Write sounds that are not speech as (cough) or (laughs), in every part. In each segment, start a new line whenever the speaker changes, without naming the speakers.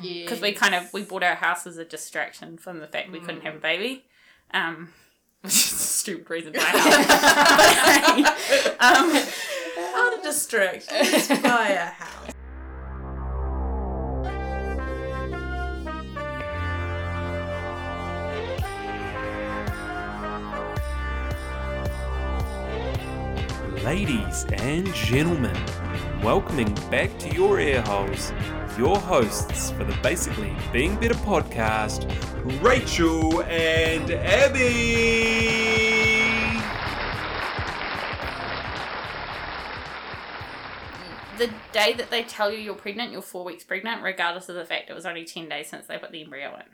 Yeah.
because
(laughs)
we kind of we bought our house as a distraction from the fact we couldn't have
Mm.
a baby, um, (laughs) which is a stupid reason
(laughs)
to buy a house. But, um,
Out of distraction. Let's buy a house.
Ladies and gentlemen, welcoming back to your ear holes, your hosts for the Basically Being Better podcast, Rachel and Abby.
the day that they tell you you're pregnant, you're four weeks pregnant, regardless of the fact it was only ten days since they put the embryo in.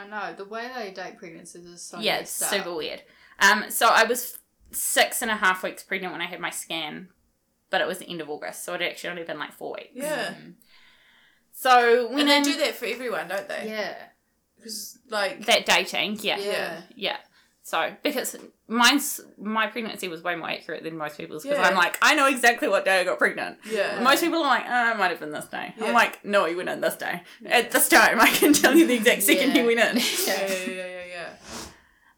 I know the way they date pregnancies is so
yeah, it's
messed up.
super weird. Um, so I was six and a half weeks pregnant when I had my scan, but it was the end of August, so it actually only been like four weeks. Mm.
Yeah.
So when
And they
I'm-
do that for everyone, don't they?
Yeah.
Because, like,
that dating, yeah, yeah,
Yeah.
So because mine's my pregnancy was way more accurate than most people's because
Yeah.
I'm like I know exactly what day I got pregnant.
yeah.
Most people are like, oh, it might have been this day.
Yeah.
I'm like, no, you went in this day. At this time, (laughs) I can tell you the exact second
Yeah.
you went in.
(laughs) yeah, yeah, yeah, yeah, yeah.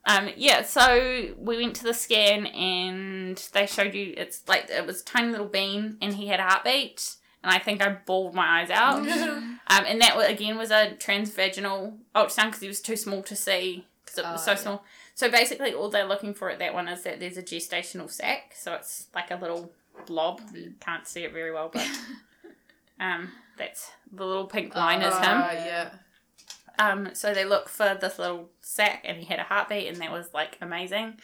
Um, yeah, so we went to the scan and they showed you it's like it was a tiny little bean and he had a heartbeat and I think I bawled my
(laughs)
eyes out. um, and that wa- again was a transvaginal ultrasound because he was too small to see because it was
Oh,
so
yeah.
small. So basically, all they're looking for at that one is that there's a gestational sac, so it's like a little blob. You can't see it very well,
(laughs)
but um, that's the little pink line is him.
Ah, yeah.
Um, so they look for this little sack, and he had a heartbeat, and that was like amazing. And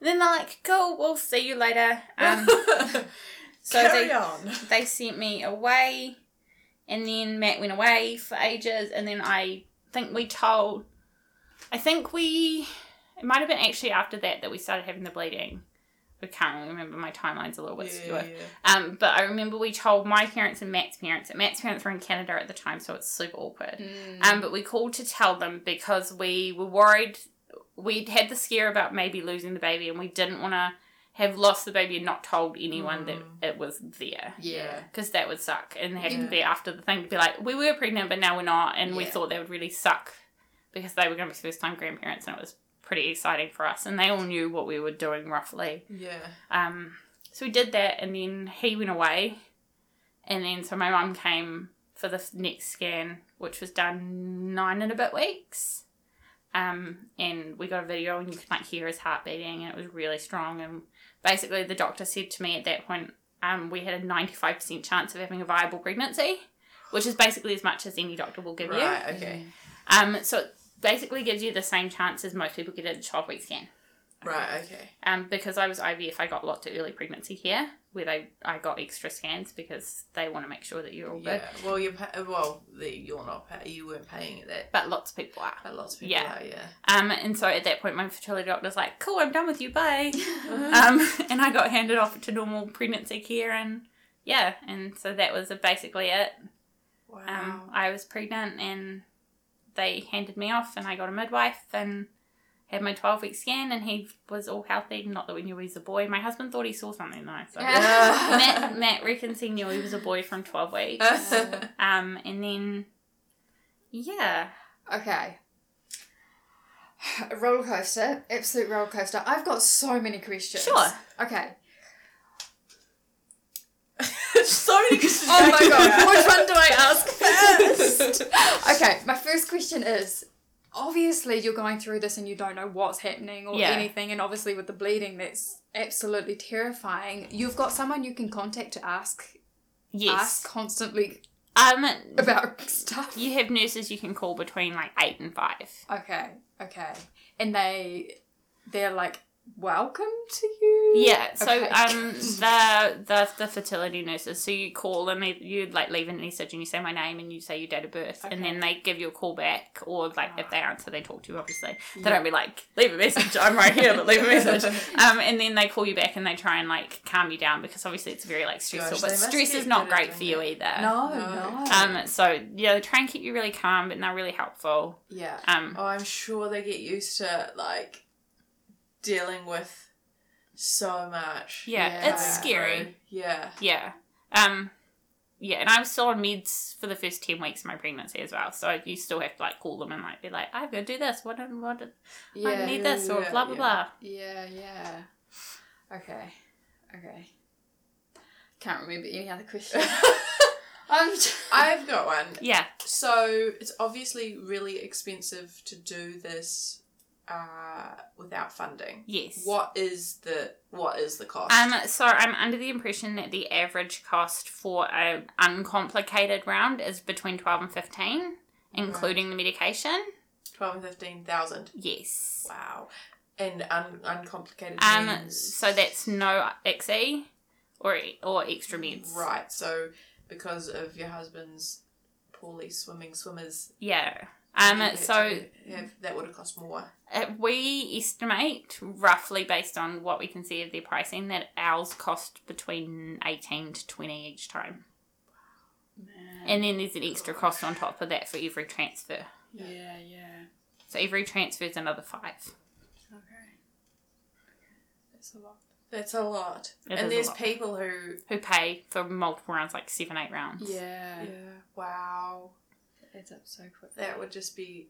then they're like, "Cool, we'll see you later."
(laughs)
Um, (laughs) so
Carry
they
on.
they sent me away, and then Matt went away for ages, and then I think we told, I think we, it might have been actually after that that we started having the bleeding. I can't really remember my timeline's a little bit skewered.
Yeah, yeah.
Um, but I remember we told my parents and Matt's parents, and Matt's parents were in Canada at the time, so it's super awkward.
Mm.
Um, but we called to tell them because we were worried. We'd had the scare about maybe losing the baby, and we didn't want to have lost the baby and not told anyone that it was there.
Yeah.
Because that would suck, and have to be after the thing to be like, we were pregnant, but now we're not, and we
Yeah.
thought that would really suck because they were going to be first time grandparents, and it was pretty exciting for us, and they all knew what we were doing roughly.
Yeah.
Um, so we did that, and then he went away, and then so my mum came for the next scan, which was done nine and a bit weeks. Um, and we got a video, and you could like hear his heart beating, and it was really strong. And basically, the doctor said to me at that point, um, we had a ninety five percent chance of having a viable pregnancy, which is basically as much as any doctor will give
Right, okay.
you. Um, so it basically gives you the same chance as most people get at a twelve week scan.
Right, okay.
Um, because I was IVF, I got lots of early pregnancy here, where they I got extra scans because they want to make sure that you're all good.
Yeah. Well, you're pa- well. The, you're not. Pa- you weren't paying that.
But lots of people are.
But lots of people
Yeah.
are. Yeah.
Um, and so at that point, my fertility doctor's like, "Cool, I'm done with you, bye." (laughs) um, and I got handed off to normal pregnancy care, and yeah, and so that was basically it.
(laughs) Wow. (laughs)
Um, I was pregnant, and they handed me off, and I got a midwife, and had my twelve week scan, and he was all healthy. Not that we knew he was a boy. My husband thought he saw something though.
(laughs)
So. Matt, Matt reckons he knew he was a boy from 12 weeks.
Uh.
Um, and then, yeah.
(laughs) Okay. (sighs) Roller coaster, absolute roller coaster. I've got so many questions.
Sure.
Okay.
so
um, (laughs)
many questions.
Oh
(laughs)
(laughs) my god, which one do I ask first? okay, my first question is obviously you're going through this and you don't know what's happening or
Yeah.
anything, and obviously with the bleeding, that's absolutely terrifying. You've got someone you can contact to ask ask
Yes.
constantly
Um,
about (laughs) stuff.
you have nurses you can call between like 8 and 5.
Okay, okay. And they they're like welcome to you.
Yeah, so
Okay.
um, the, the the fertility nurses. So you call and they, you like leave an message and you say my name and you say your date of birth and
Okay.
then they give you a call back or like
Ah.
if they answer they talk to you obviously. They don't be like leave a message. I'm right here, but leave a
(laughs)
message. Um, and then they call you back and they try and like calm you down because obviously it's very like stressful.
Gosh,
but
they must
stress
get
is not
good at
great for
doing
you
that.
either.
No, no.
No.
Um, so yeah, they try and keep you really calm, but they're really helpful.
yeah.
Um,
Oh, I'm sure they get used to like dealing with so much.
yeah,
Yeah.
it's scary.
Yeah.
Yeah. Um, yeah, and I was still on meds for the first ten weeks of my pregnancy as well. So you still have to like call them and like be like, I'm gonna do this. What did what did, I need this or
yeah,
blah blah
yeah.
blah.
Yeah, yeah. Okay, okay. Can't remember any other
(laughs)
question. I'm j-
I've got one.
Yeah,
So it's obviously really expensive to do this uh, without funding.
yes.
What is the what is the cost?
Um, so I'm under the impression that the average cost for an uncomplicated round is between twelve and fifteen, including the medication.
Twelve and fifteen thousand.
Yes.
Wow. And un- uncomplicated.
Um,
means-
so that's no XE or E, or extra meds.
right. So because of your husband's poorly swimming swimmers,
Yeah.
you
Um,
had
so
to have, that would have cost more.
uh, we estimate roughly based on what we can see of their pricing that ours cost between 18 to 20 each time. And then there's an extra cost on top of that for every transfer.
yeah, yeah.
So every transfer is another five.
Okay. That's a lot.
That's a lot.
It
and
is a
there's
lot.
people who.
Who pay for multiple rounds, like seven, eight rounds.
Yeah,
uh, Wow.
it's up so quick.
that would just be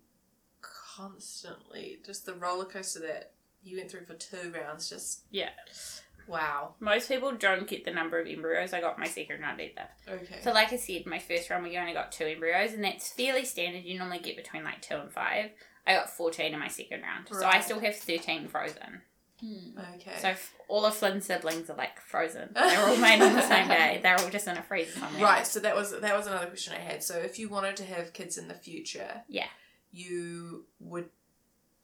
constantly just the roller coaster that you went through for two rounds just
Yeah.
wow
Most people don't get the number of embryos. I got my second round either.
okay
So, like I said, my first round we only got two embryos, and that's fairly standard. You normally get between like two and five. I got 14 in my second round. So, I
Right.
still have 13 frozen.
Hmm.
okay
So, f- all of Flynn's siblings are like frozen. They're all made on the
(laughs)
same day. They're all just in a freezer somewhere.
right so that was that was another question i had so if you wanted to have kids in the future
Yeah.
you would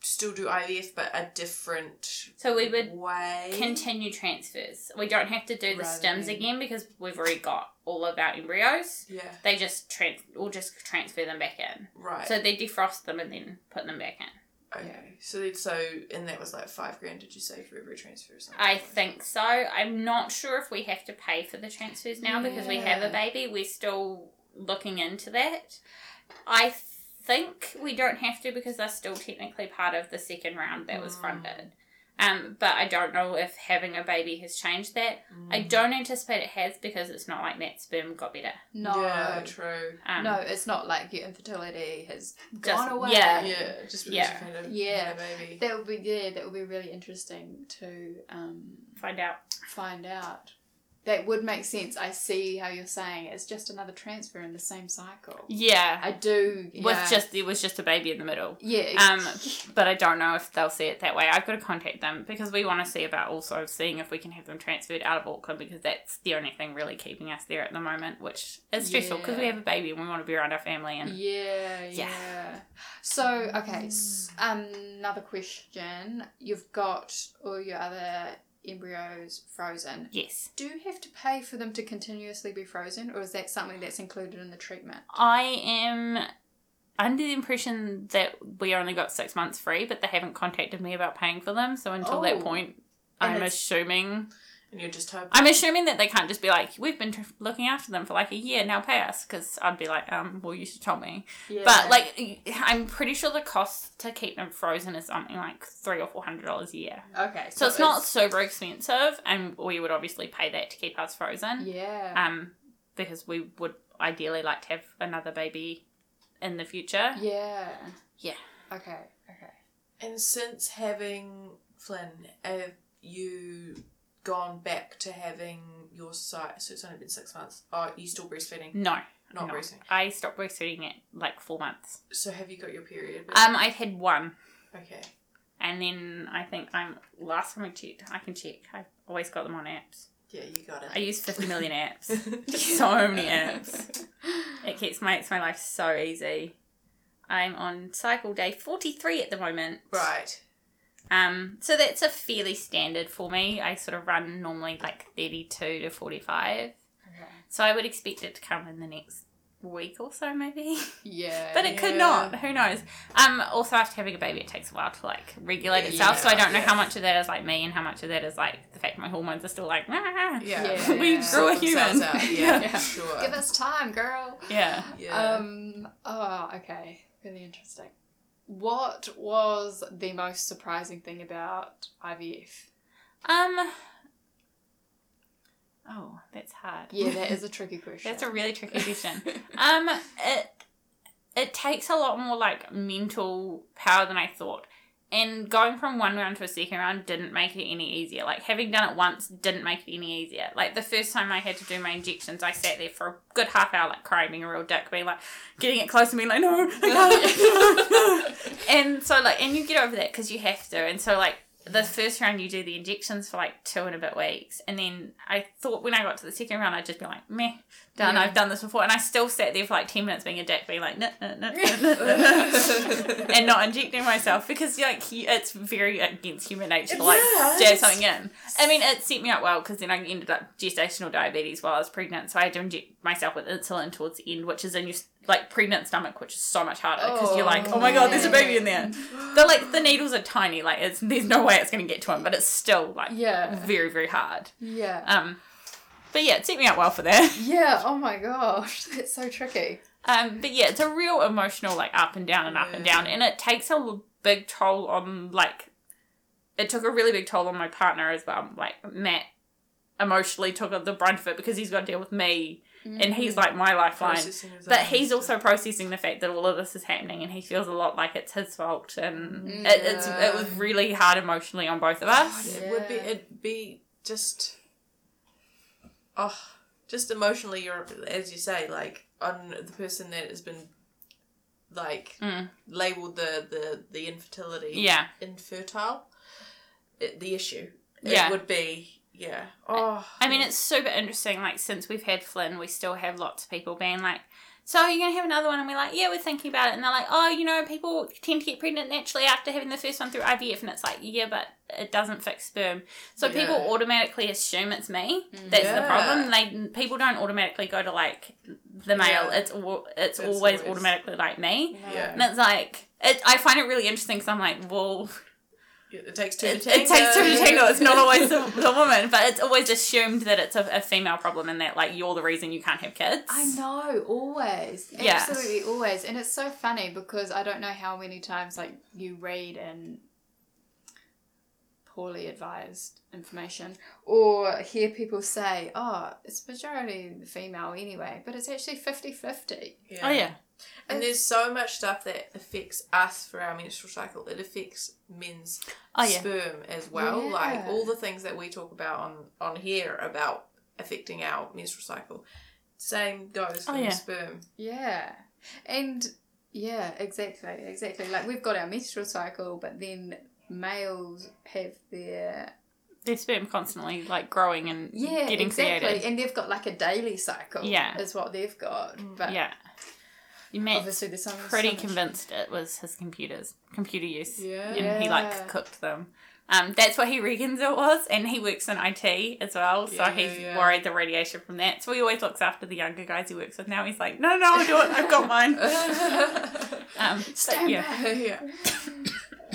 still do ivf but a different
So, we would
way
continue transfers. We don't have to do the
Rather
stems
than-
again because we've already got all of our embryos.
yeah
They just trans- or just transfer them back in.
right
So, they defrost them and then put them back in.
okay so then- so and that was like five grand did you say for every transfer or something
I think so. I'm not sure if we have to pay for the transfers now because we have a
Yeah.
baby. We're still looking into that. I think we don't have to because they're still technically part of the second round that was
Hmm.
Mm.
funded. Um, but I don't know if having a baby has changed that. I
Hmm.
Mm.
don't anticipate it has because it's not like that sperm got better.
No,
yeah true
Um,
no, it's not like your infertility has
Just-
gone away.
yeah.
yeah just because
Yeah.
you've had a,
Yeah.
had a baby
That would be yeah. That would be really interesting to um,
Find out.
find out. That would make sense. I see how you're saying it's just another transfer in the same cycle.
Yeah.
I do. Yeah.
Was just there was just a baby in the middle.
yeah.
Um,
ex-
but I don't know if they'll see it that way. I've got to contact them because we want to see about also seeing if we can have them transferred out of Auckland because that's the only thing really keeping us there at the moment, which is stressful because we
Yeah.
have a baby and we want to be around our family and
yeah, yeah. So okay, s- um, another question. You've got all your other embryos frozen.
yes,
Do you have to pay for them to continuously be frozen, or is that something that's included in the treatment?
I am under the impression that we only got six months free, but they haven't contacted me about paying for them. So until that
Oh.
point,
And
I'm
it's-
assuming
and you're just hoping
I'm assuming that they can't just be like, we've been tr- looking after them for like a year now, pay us because I'd be like, um, well, you should tell me.
Yeah.
But like, I'm pretty sure the cost to keep them frozen is something like three or four hundred dollars a year.
okay,
So it's not super expensive, and we would obviously pay that to keep us frozen.
Yeah.
Um, because we would ideally like to have another baby in the future.
yeah.
Yeah.
Okay. Okay.
And since having Flynn, have you gone back to having your site? So it's only been six months. Oh, you still breastfeeding?
No,
Not
no.
breastfeeding.
I stopped breastfeeding at like four months.
So have you got your period? back?
Um, I've had one,
okay.
and then I think I'm last time I checked. I can check. I've always got them on apps.
Yeah, you got (laughs)
I use fifty
(laughs)
million apps.
it.
so many apps. It keeps makes my life so easy. I'm on cycle day 43 at the moment.
right.
Um, so that's a fairly standard for me. I sort of run normally like 32 to 45.
Okay.
So I would expect it to come in the next week or so maybe. (laughs)
Yeah.
but it could
Yeah.
not. Who knows? Um, also after having a baby it takes a while to like regulate
Yeah,
itself. so I don't know
yeah.
how much of that is like me and how much of that is like the fact my hormones are still like (laughs) ah.
Yeah.
we
Yeah.
grew a
Sort themselves
human. (laughs)
out, Yeah,
yeah.
sure.
Give us time, girl.
Yeah.
yeah.
Um. Oh, okay. Really interesting. What was the most surprising thing about IVF?
Um, Oh, that's hard.
Yeah, that is a tricky question.
(laughs) That's a really tricky
(laughs)
question. um, it it takes a lot more like mental power than I thought. And going from one round to a second round didn't make it any easier. Like having done it once didn't make it any easier. Like the first time I had to do my injections, I sat there for a good half hour, like crying, being a real dick, being like, getting it close and being like, no, I can't, (laughs) no, no."
(laughs)
and so like, and you get over that because you have to. And so like the first round, you do the injections for like two and a bit weeks, and then I thought when I got to the second round, I'd just be like, meh, done.
Yeah.
I've done this before, and I still sat there for like ten minutes being a dick, being like, no, no, no, no, no, no, no," and not injecting myself because like he- it's very against human nature to like
Yeah,
jab
it's-
something in. I mean, it set me up well because then I ended up gestational diabetes while I was pregnant, so I had to inject myself with insulin towards the end, which is in your s- like pregnant stomach, which is so much harder because you're like, oh my god, there's a baby in there. The like the needles are tiny, like it's there's no way it's gonna get to him, but it's still like
Yeah.
very very hard.
yeah.
Um, but yeah, it set me up well for that. (laughs)
Yeah, oh my gosh. (laughs) That's so tricky.
Um, but yeah, it's a real emotional like up and down and up and down, and it takes a l- big toll on like it took a really big toll on my partner as well. Like Matt emotionally took the brunt of it because he's got to deal with me, and he's like my lifeline.
Processing of
But
that.
he's also processing the fact that all of this is happening, and he feels a lot like it's his fault, and it, it's it was really hard emotionally on both of us.
It would be.
Yeah.
It'd be just. Oh, just emotionally, you're as you say, like on the person that has been, like,
Mm.
labeled the the the infertility.
Yeah,
Infertile. It, the issue.
Yeah.
It would be. Yeah. Oh.
I mean, it's super interesting. Like, since we've had Flynn, we still have lots of people being like, So, are you going to have another one? And we're like, Yeah, we're thinking about it. And they're like, Oh, you know, people tend to get pregnant naturally after having the first one through IVF. And it's like, Yeah, but it doesn't fix sperm. So, people
Yeah. Mm.
automatically assume it's me. That's the
Yeah.
problem. They People don't automatically go to like the male,
Yeah.
it's, al- it's,
It's
always,
always-
automatically like
Mm-hmm.
me.
Yeah.
And it's like, it, I find it really interesting because I'm like, Well,
It takes two
it,
to tango.
it takes two to tango. It's
(laughs)
not
(laughs)
always the, the woman, but it's always assumed that it's a, a female problem and that like you're the reason you can't have kids.
I know, always.
Yeah.
Absolutely always. And it's so funny because I don't know how many times like you read in poorly advised information or hear people say, Oh, it's majority female anyway, but it's actually 50-50.
Yeah.
Oh yeah,
And there's so much stuff that affects us for our menstrual cycle. It affects men's
Oh, yeah.
sperm as well. Like
Yeah.
all the things that we talk about on on here about affecting our menstrual cycle. Same goes for
Oh, yeah. (laughs)
sperm. (laughs)
Yeah. And yeah, exactly, exactly. Like we've got our menstrual cycle, but then males have their
their sperm constantly like growing and
yeah
getting
exactly
created.
and they've got like a daily cycle
Yeah. Mm,
is what they've got but
yeah, Matt's
obviously there's some
Eh, pretty
so much-
convinced it was his computers, computer use,
Yeah.
and he
Yeah.
like cooked them. Um, that's what he reckons it was, and he works in IT as well, so
Yeah, yeah,
he's
yeah.
worried the radiation from that. So he always looks after the younger guys he works with. Now he's like, no, no, I'll do it. I've got
(laughs)
mine. Um, but
Stand
yeah.
back.
yeah.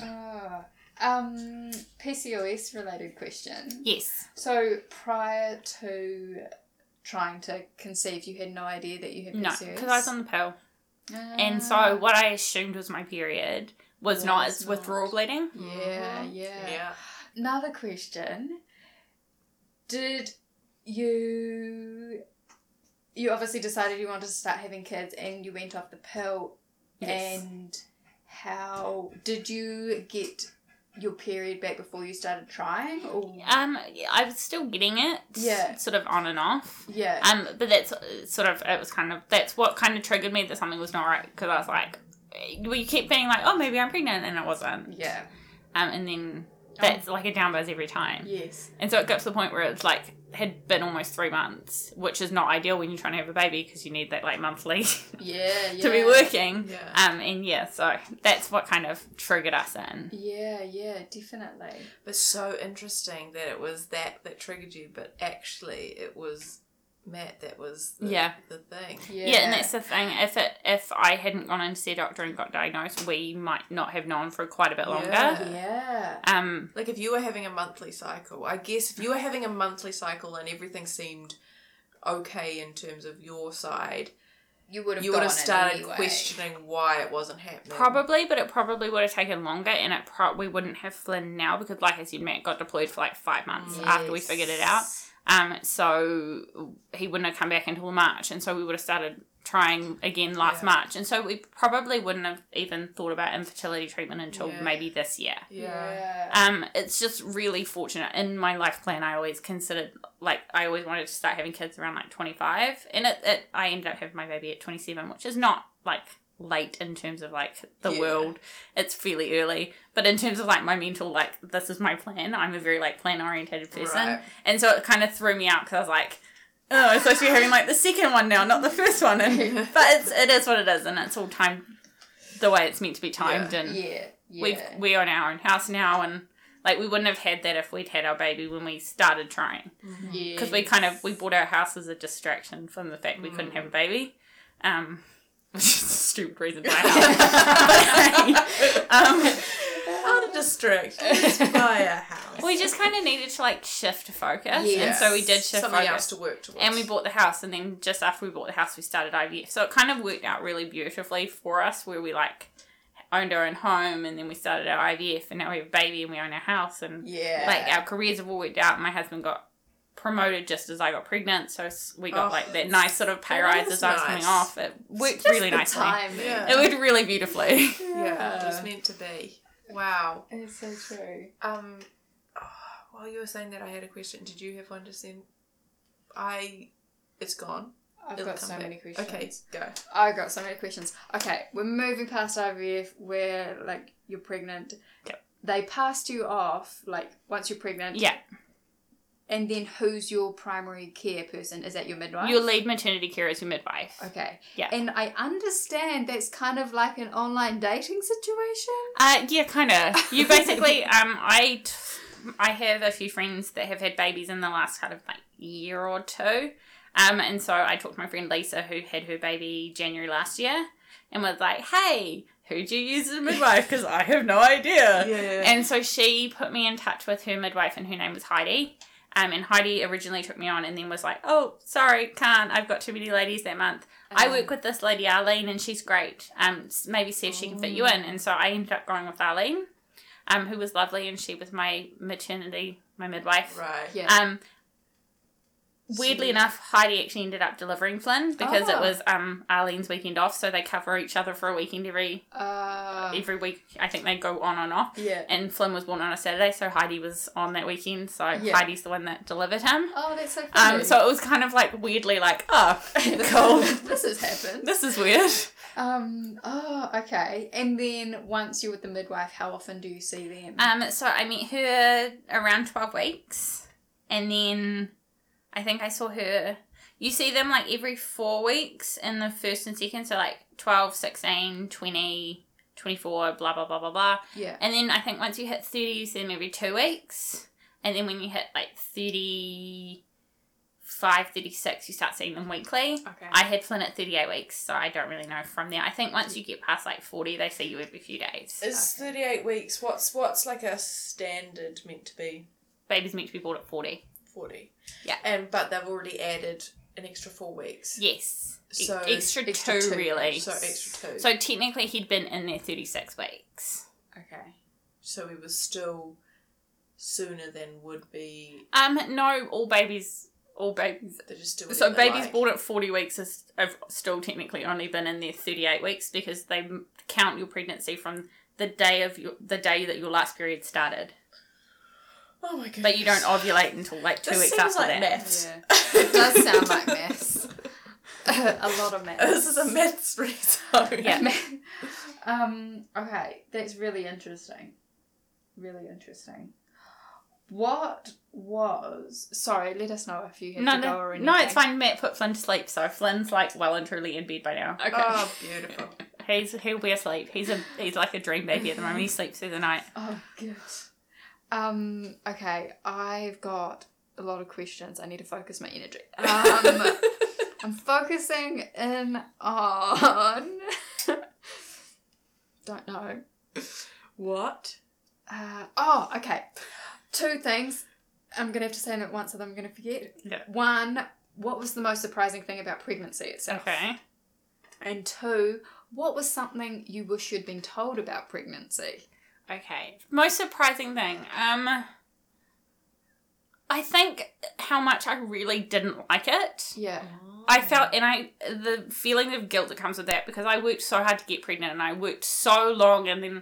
Ah. um pcos related question
Yes.
so prior to trying to conceive you had no idea that you had
No,
pcos
because I was on the pill.
Ah,
And so what I assumed was my period was
Was
not, it's
not.
withdrawal bleeding.
yeah,
Mhm.
yeah
Yeah.
another question did you you obviously decided you wanted to start having kids and you went off the pill
Yes.
and how did you get your period back before you started trying or
um, I was still getting it.
Yeah.
Sort of on and off.
yeah
Um, but that's uh, sort of, it was kind of, that's what kind of triggered me that something was not right. Because I was like, eh, well, you keep being like, oh, maybe I'm pregnant. And it wasn't.
yeah
Um, and then
Oh.
that's like a down buzz every time.
Um, yes
And so it got to the point where it's like, had been almost three months, which is not ideal when you're trying to have a baby because you need that like monthly (laughs)
yeah, yeah.
to be working.
Yeah.
Um, and yeah, so that's what kind of triggered us in.
yeah yeah definitely
But so interesting that it was that that triggered you, but actually it was Matt that was the,
Yeah.
the thing.
yeah
Yeah. and that's the thing. If it if I hadn't gone into see a doctor and got diagnosed, we might not have known for quite a bit longer.
Yeah.
yeah
Um,
Like if you were having a monthly cycle, I guess if you were having a monthly cycle and everything seemed okay in terms of your side,
you would have
you would have
gotten it
started
anyway.
questioning why it wasn't happening.
probably, but it probably would have taken longer, and it
Mm.
pro- we wouldn't have Flynn now because, like I said, Matt got deployed for like five months after we figured it out.
Yes.
Um, so he wouldn't have come back until March, and so we would have started trying again last
Yeah.
March, and so we probably wouldn't have even thought about infertility treatment until
Yeah.
maybe this year.
Yeah.
Um, it's just really fortunate. In my life plan, I always considered like I always wanted to start having kids around like twenty five, and it, it I ended up having my baby at twenty seven, which is not like late in terms of like the
Yeah.
world. It's fairly early, but in terms of like my mental, like this is my plan. I'm a very like plan oriented person, (laughs)
Right.
and so it kind of threw me out because I was like, oh, I'm supposed to be having like the second one now, not the first one. And,
(laughs)
but it's it is what it is, and it's all timed the way it's meant to be timed,
Yeah.
and
Yeah. Yeah.
Um, we've we own our own house now and like we wouldn't have had that if we'd had our baby when we started trying because we kind of we bought our house as a distraction from the fact we couldn't have a baby um (laughs) which is a stupid reason to buy a
(laughs)
house But, um,
How to distract. Just buy a house.
we just kind of needed to like shift focus and
Yes.
so we did shift
Something
focus
else to work towards.
and we bought the house and then just after we bought the house we started IVF so it kind of worked out really beautifully for us where we like owned our own home and then we started our IVF and now we have a baby and we own our house and
yeah.
like uh, our careers have all worked out. My husband got promoted just as I got pregnant, so s- we got
Oh,
like that nice sort of pay
that
rise
is
as I was coming
nice.
off. It worked
Just
really
the
nicely.
timing.
Yeah.
It worked really beautifully.
Yeah, it was meant to be. Wow.
It's so true.
Um, oh, while you were saying that, I had a question. Did you have one to send? I, it's gone.
I've
It'll
got
come
so
back.
many questions.
Okay, go.
I got so many questions. Okay, we're moving past IVF where like you're pregnant.
Yep.
They passed you off like once you're pregnant.
yeah,
And then who's your primary care person? Is that your midwife?
your lead maternity care is your midwife.
Okay.
Yeah.
And I understand that's kind of like an online dating situation.
Uh, yeah, kind of. You basically, um, I, t- I have a few friends that have had babies in the last kind of like year or two, um, and so I talked to my friend Lisa who had her baby January last year, and was like, "Hey, who'd you use as a midwife? Because I have no
Uh,
idea."
Yeah.
And so she put me in touch with her midwife, and her name was Heidi. Um, and Heidi originally took me on and then was like, oh, sorry, can't. I've got too many ladies that month. I
Uh-huh.
work with this lady, Arlene, and she's great. Um, s- maybe see if she can fit you in. And so I ended up going with Arlene, um, who was lovely, and she was my maternity, my midwife.
(laughs) Right.
Yeah.
Um, weirdly
Sweet.
enough, Heidi actually ended up delivering Flynn because it
Ah.
was um, Arlene's weekend off, so they cover each other for a weekend every
Oh.
Uh,
every week. I think they go on and off
yeah.
and Flynn was born on a Saturday, so Heidi was on that weekend. So
Yeah.
Heidi's the one that delivered him.
Oh, that's so funny.
Um, so it was kind of like weirdly like, oh, (laughs) cool.
(laughs) this has happened.
this is weird.
Um. Oh, okay. And then once you're with the midwife, how often do you see them?
Um, so I met her around twelve weeks, and then I think I saw her. You see them like every four weeks in the first and second, so like 12, 16, 20, 24, blah, blah, blah, blah, blah.
yeah.
And then I think once you hit 30, you see them every two weeks. And then when you hit like 35, 36, you start seeing them weekly.
Okay.
I had Flynn at 38 weeks, so I don't really know from there. I think once you get past like 40, they see you every few days.
Is thirty eight weeks? What's what's like a standard meant to be
Baby's meant to be born at 40.
forty?
Yeah.
And but they've already added an extra four weeks.
Yes. E-
So,
extra,
extra
two,
two.
really.
So extra two. So,
So technically, he'd been in there 36 weeks.
Okay.
so we were still sooner than would be.
Um, no, all babies, all babies
They're just doing.
So babies
like.
born at 40 weeks is, have still technically only been in there 38 weeks because they m- count your pregnancy from the day of your, the day that your last period started.
Oh my god.
But you don't ovulate until like two
This
weeks
seems
after that.
like maths.
Yeah. It does sound like maths. (laughs) a lot of maths.
(laughs) This is a maths reason. (laughs)
Yeah. (laughs)
um. Okay. That's really interesting. Really interesting. What was? Sorry. Let us know if you had
No,
to go or
no,
anything.
no, it's fine. Matt put Flynn to sleep, so Flynn's like well and truly in bed by now.
Okay.
Oh, beautiful.
He's he'll be asleep. He's a he's like a dream baby at the
(laughs)
moment. He sleeps through the night.
Oh, good. Um, okay, I've got a lot of questions. I need to focus my energy. Um, I'm focusing in on. (laughs) Don't know.
(laughs) What?
Uh, oh, okay. Two things. I'm going to have to say them at once, or I'm going to forget.
Yeah.
One, what was the most surprising thing about pregnancy itself?
Okay.
And two, what was something you wish you'd been told about pregnancy?
Okay. Most surprising thing. Um I think how much I really didn't like it.
Yeah.
I felt, and I, the feeling of guilt that comes with that because I worked so hard to get pregnant and I worked so long and then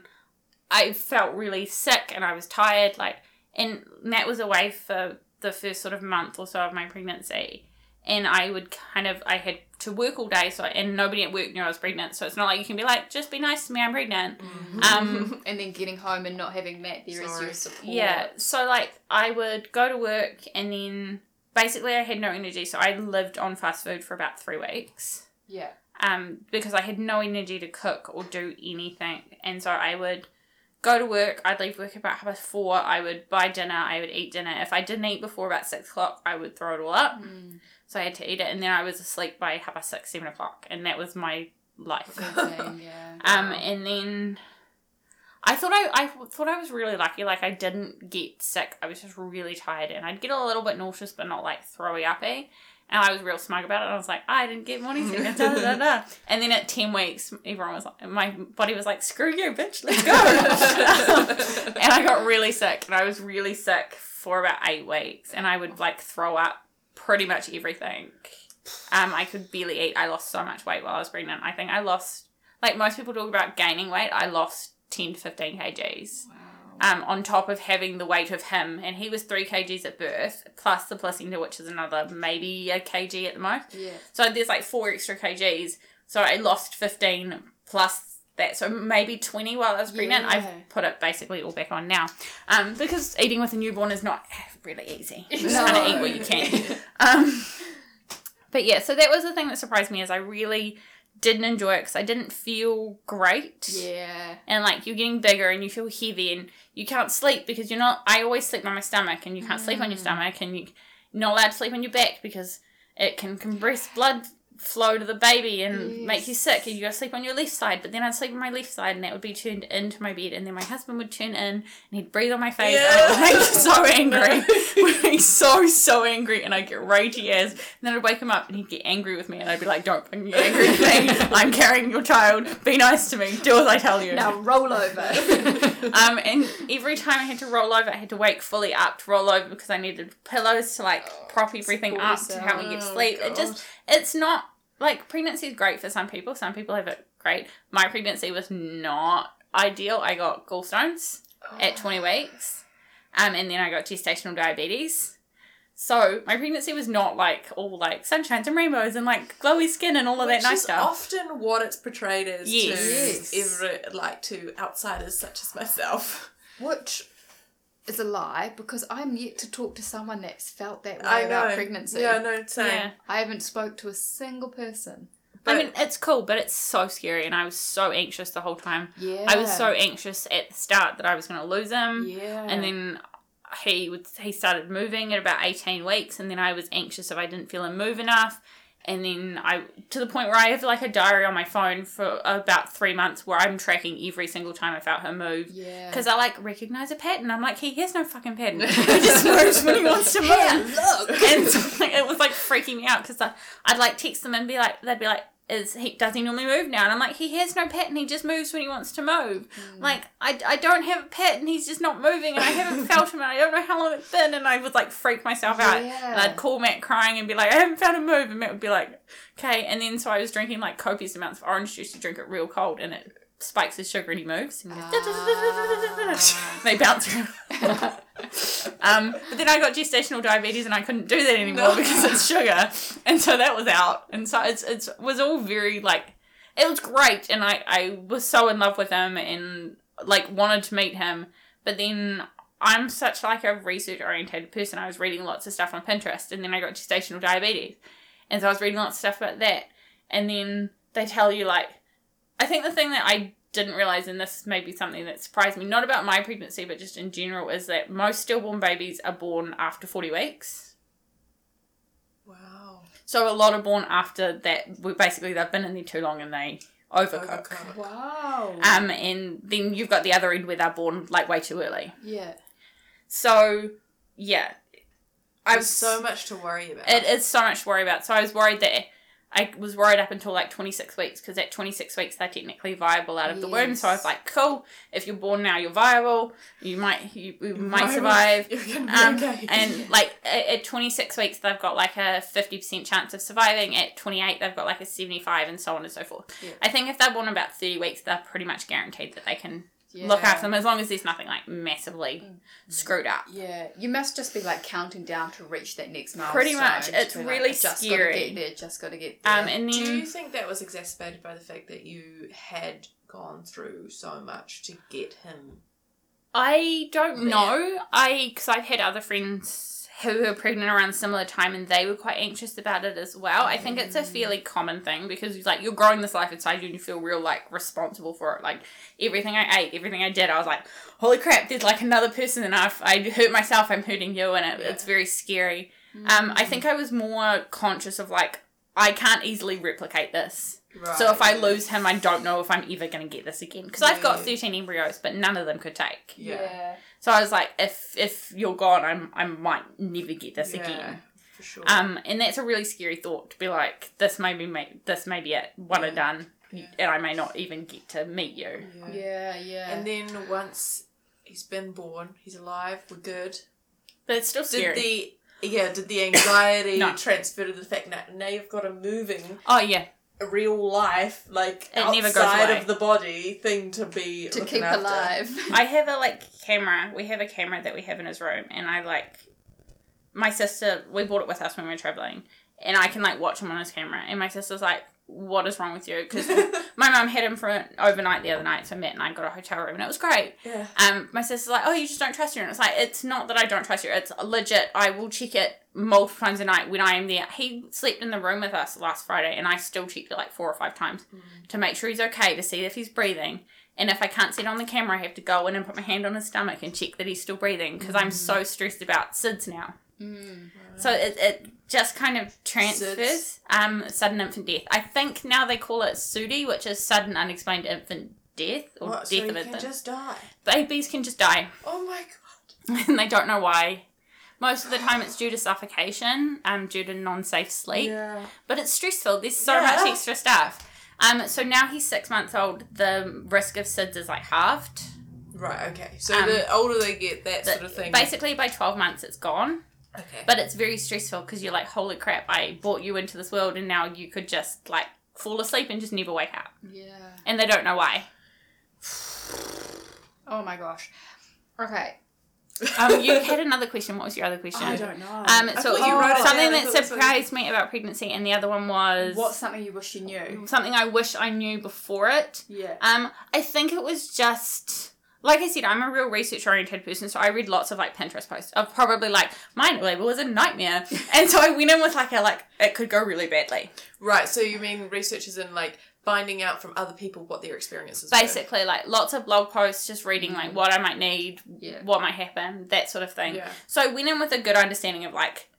I felt really sick and I was tired. Like, and Matt was away for the first sort of month or so of my pregnancy. And I would kind of, I had to work all day, so, and nobody at work knew I was pregnant. So it's not like you can be like, just be nice to me, I'm pregnant.
(laughs)
Um,
(laughs) and then getting home and not having Matt there as your
Sorry.
support.
Yeah. So like I would go to work and then basically I had no energy, so I lived on fast food for about three weeks.
Yeah.
Um, because I had no energy to cook or do anything. And so I would go to work, I'd leave work about half past four, I would buy dinner, I would eat dinner. If I didn't eat before about six o'clock, I would throw it all up.
Mm,
So I had to eat it and then I was asleep by half past six, seven o'clock, and that was my
(laughs)
life.
routine, yeah.
(laughs) Um, and then I thought I, I thought I was really lucky. Like I didn't get sick. I was just really tired, and I'd get a little bit nauseous, but not like throwy uppy. And I was real smug about it. And I was like, I didn't get morning sickness. da, da, da, da. And then at ten weeks, everyone was like, my body was like, screw you, bitch, let's go. and I got really sick, and I was really sick for about eight weeks, and I would like throw up pretty much everything. Um, I could barely eat. I lost so much weight while I was pregnant. I think I lost like most people talk about gaining weight, I lost 10 to 15 kgs.
Wow.
Um, on top of having the weight of him, and he was three kgs at birth, plus the placenta, which is another maybe a kg at the most.
Yeah.
So there's like four extra kgs. So I lost 15 plus that. So maybe 20 while I was pregnant.
Yeah.
I've put it basically all back on now. Um, because eating with a newborn is not really
(laughs)
easy. You just
No.
kind of eat what you can. (laughs) um, but yeah, so that was the thing that surprised me is I really didn't enjoy it because I didn't feel great
Yeah.
and like you're getting bigger and you feel heavy and you can't sleep because you're not I always sleep on my stomach and you can't sleep on your stomach and you not allowed to sleep on your back because it can compress blood flow to the baby and make you sick and you gotta sleep on your left side but then I'd sleep on my left side and that would be turned into my bed and then my husband would turn in and he'd breathe on my face and it would make me so angry. (laughs) would make me so so angry and I'd get ragey as and then I'd wake him up and he'd get angry with me and I'd be like don't fucking get angry with me I'm carrying your child be nice to me do as I tell you
Now roll over.
(laughs) um, and every time I had to roll over, I had to wake fully up to roll over because I needed pillows to like prop everything
support
up to help me get
yourself.
sleep.
Oh,
It just, it's not like pregnancy is great for some people. Some people have it great. My pregnancy was not ideal. I got gallstones
Ah.
at 20 weeks. Um, and then I got gestational diabetes. So my pregnancy was not like all like sunshines and rainbows and like glowy skin and all of
Which
that nice
is
stuff.
often what it's portrayed as
Yes.
to
Yes.
every, like to outsiders such as myself.
Which is a lie because I'm yet to talk to someone that's felt that way
I know
about pregnancy.
Yeah, no, same.
Yeah.
I haven't spoke to a single person.
But-
I mean, it's cool, but it's so scary, and I was so anxious the whole time.
Yeah.
I was so anxious at the start that I was going to lose him,
Yeah.
and then he would he started moving at about eighteen weeks, and then I was anxious if I didn't feel him move enough, and then I to the point where I have like a diary on my phone for about three months where I'm tracking every single time I felt him move.
Yeah.
Because I like recognize a pattern. I'm like, he has no fucking
(laughs)
pattern. He just moves when he wants to move. and so, like, it was like freaking me out because I'd like text them and be like, they'd be like, is he does he normally move now? And I'm like, he has no pattern. He just moves when he wants to move.
Hmm.
Like I, I don't have a pattern. He's just not moving, and
(laughs)
I haven't felt him, and I don't know how long it's been. And I would like freak myself out, and
Yeah.
I'd call Matt crying and be like, I haven't found a move, and Matt would be like, okay. And then so I was drinking like copious amounts of orange juice to drink it real cold, and it spikes his sugar and he moves. And he goes,
Ah.
(laughs) they bounce around. (laughs) um, but then I got gestational diabetes and I couldn't do that anymore
No.
because it's sugar, and so that was out. And so it's it's was all very like it was great, and I I was so in love with him and like wanted to meet him, but then. I'm such like a research oriented person. I was reading lots of stuff on Pinterest and then I got gestational diabetes. And so I was reading lots of stuff about that. And then they tell you like I think the thing that I didn't realize, and this may be something that surprised me, not about my pregnancy, but just in general, is that most stillborn babies are born after 40 weeks.
Wow.
So a lot are born after that. Well, basically, they've been in there too long and they overcook.
Overcooked.
Wow.
Um, and then you've got the other end where they're born like way too early.
yeah.
So, yeah,
There's so much to worry about.
It is so much to worry about. So I was worried that I was worried up until like 26 weeks because at 26 weeks they're technically viable out of the womb. So I was
Yes.
like, cool. If you're born now, you're viable. You might you, you might
Viral.
survive.
(laughs) You're gonna be
Um,
okay.
and like at at 26 weeks they've got like a 50% chance of surviving at 28 they've got like a 75 and so on and so forth
Yeah.
i think if they're born about 30 weeks they're pretty much guaranteed that they can look after them as long as there's nothing like massively screwed up
Yeah, you must just be like counting down to reach that next milestone.
Pretty much.
to
It's
be
really
"I've just
scary."
Gotta get there, just gotta get there.
um and then
Do you think that was exacerbated by the fact that you had gone through so much to get him?
I don't
Yeah.
know. I because I've had other friends who were pregnant around similar time, and they were quite anxious about it as well. I think it's a
Mm.
fairly common thing because like you're growing this life inside you, and you feel real like responsible for it. Like everything I ate, everything I did, I was like, holy crap, there's like another person, and I've I hurt myself, I'm hurting you, and it,
Yeah.
it's very scary. Um, I think I was more conscious of like I can't easily replicate this.
Right.
So if I llose him, I don't know if I'm ever going to get this again because I've got
Yeah.
13 embryos, but none of them could take.
Yeah.
So I was like, if if you're gone, I'm I might never get this again.
For sure.
Um, and that's a really scary thought to be like, this may be ma- this may be it, one and done,
Yeah.
and I may not even get to meet you.
Yeah.
Yeah, yeah.
And then once he's been born, he's alive, we're good.
But it's still
Did
scary.
the yeah, did the
(coughs)
anxiety
No.
transfer to the fact that now you've got a moving
oh yeah,
real life, like
It
outside
never goes away.
of the body thing to be
to
looking
keep
after. (laughs)
alive.
I have a like camera. We have a camera that we have in his room, and I like my sister. We brought it with us when we were traveling, and I can like watch him on his camera. And my sister's like, "What is wrong with you?"
(laughs)
Because my mum had him for an overnight the other night, so Matt and I got a hotel room, and it was great.
yeah.
Um, my sister's like, oh, you just don't trust her. And it's like, it's not that I don't trust her. It's legit. I will check it multiple times a night when I am there. He slept in the room with us last Friday, and I still checked it like four or five times
Mm.
to make sure he's okay, to see if he's breathing. And if I can't see it on the camera, I have to go in and put my hand on his stomach and check that he's still breathing because I'm
Mm.
so stressed about SIDS now.
Mm.
So it, it just kind of transfers um, sudden infant death. I think now they call it SUDI, which is sudden unexplained infant death or
What,
death
so he
of
can
infant.
just die.
Babies can just die
Oh my god.
(laughs) and they don't know why. Most of the time, it's due to suffocation, um, due to non-safe sleep.
Yeah.
But it's stressful. There's so
Yeah.
much extra stuff. Um, so now he's six months old. The risk of SIDS is like halved.
Right, okay. So
Um,
the older they get, that
The-
sort of thing.
Basically, by twelve months, it's gone.
okay.
But it's very stressful because you're like, holy crap! I brought you into this world, and now you could just like fall asleep and just never wake up.
Yeah.
And they don't know why.
Oh my gosh. Okay.
Um,
(laughs)
you had another question. What was your other question?
I don't know.
Um,
I
so
thought you
oh,
wrote it
something
down. I
that
thought it was something-
surprised me about pregnancy, and the other one was
What's something you wish you knew?
something I wish I knew before it.
Yeah.
Um, I think it was just like I said, I'm a real research oriented person, so I read lots of like Pinterest posts of probably like my labor was a nightmare, and so I went in with like a like it could go really badly.
Right, so you mean researchers in like finding out from other people what their experiences were.
Basically, like lots of blog posts, just reading like what I might need,
Yeah.
what might happen, that sort of thing.
Yeah.
So I went in with a good understanding of like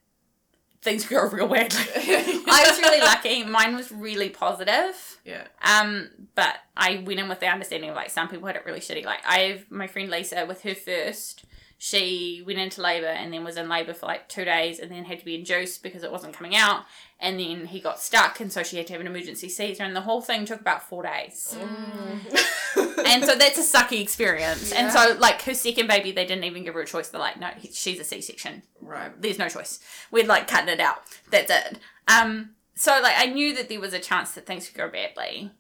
things go real (laughs) badly. (laughs)
(laughs)
I was really lucky. Mine was really positive.
Yeah.
Um, but I went in with the understanding of like some people had it really shitty. Like I have my friend Lisa with her first. She went into labor and then was in labor for like two days and then had to be induced because it wasn't coming out. And then he got stuck and so she had to have an emergency seizure and the whole thing took about four
(laughs)
days. Mm. And so that's a sucky experience. And so like her second baby, they didn't even give her a choice. They're like, no, he- she's a C section
right.
there's no choice. We're like cutting it out. That's it. Um, so like I knew that there was a chance that things could go badly.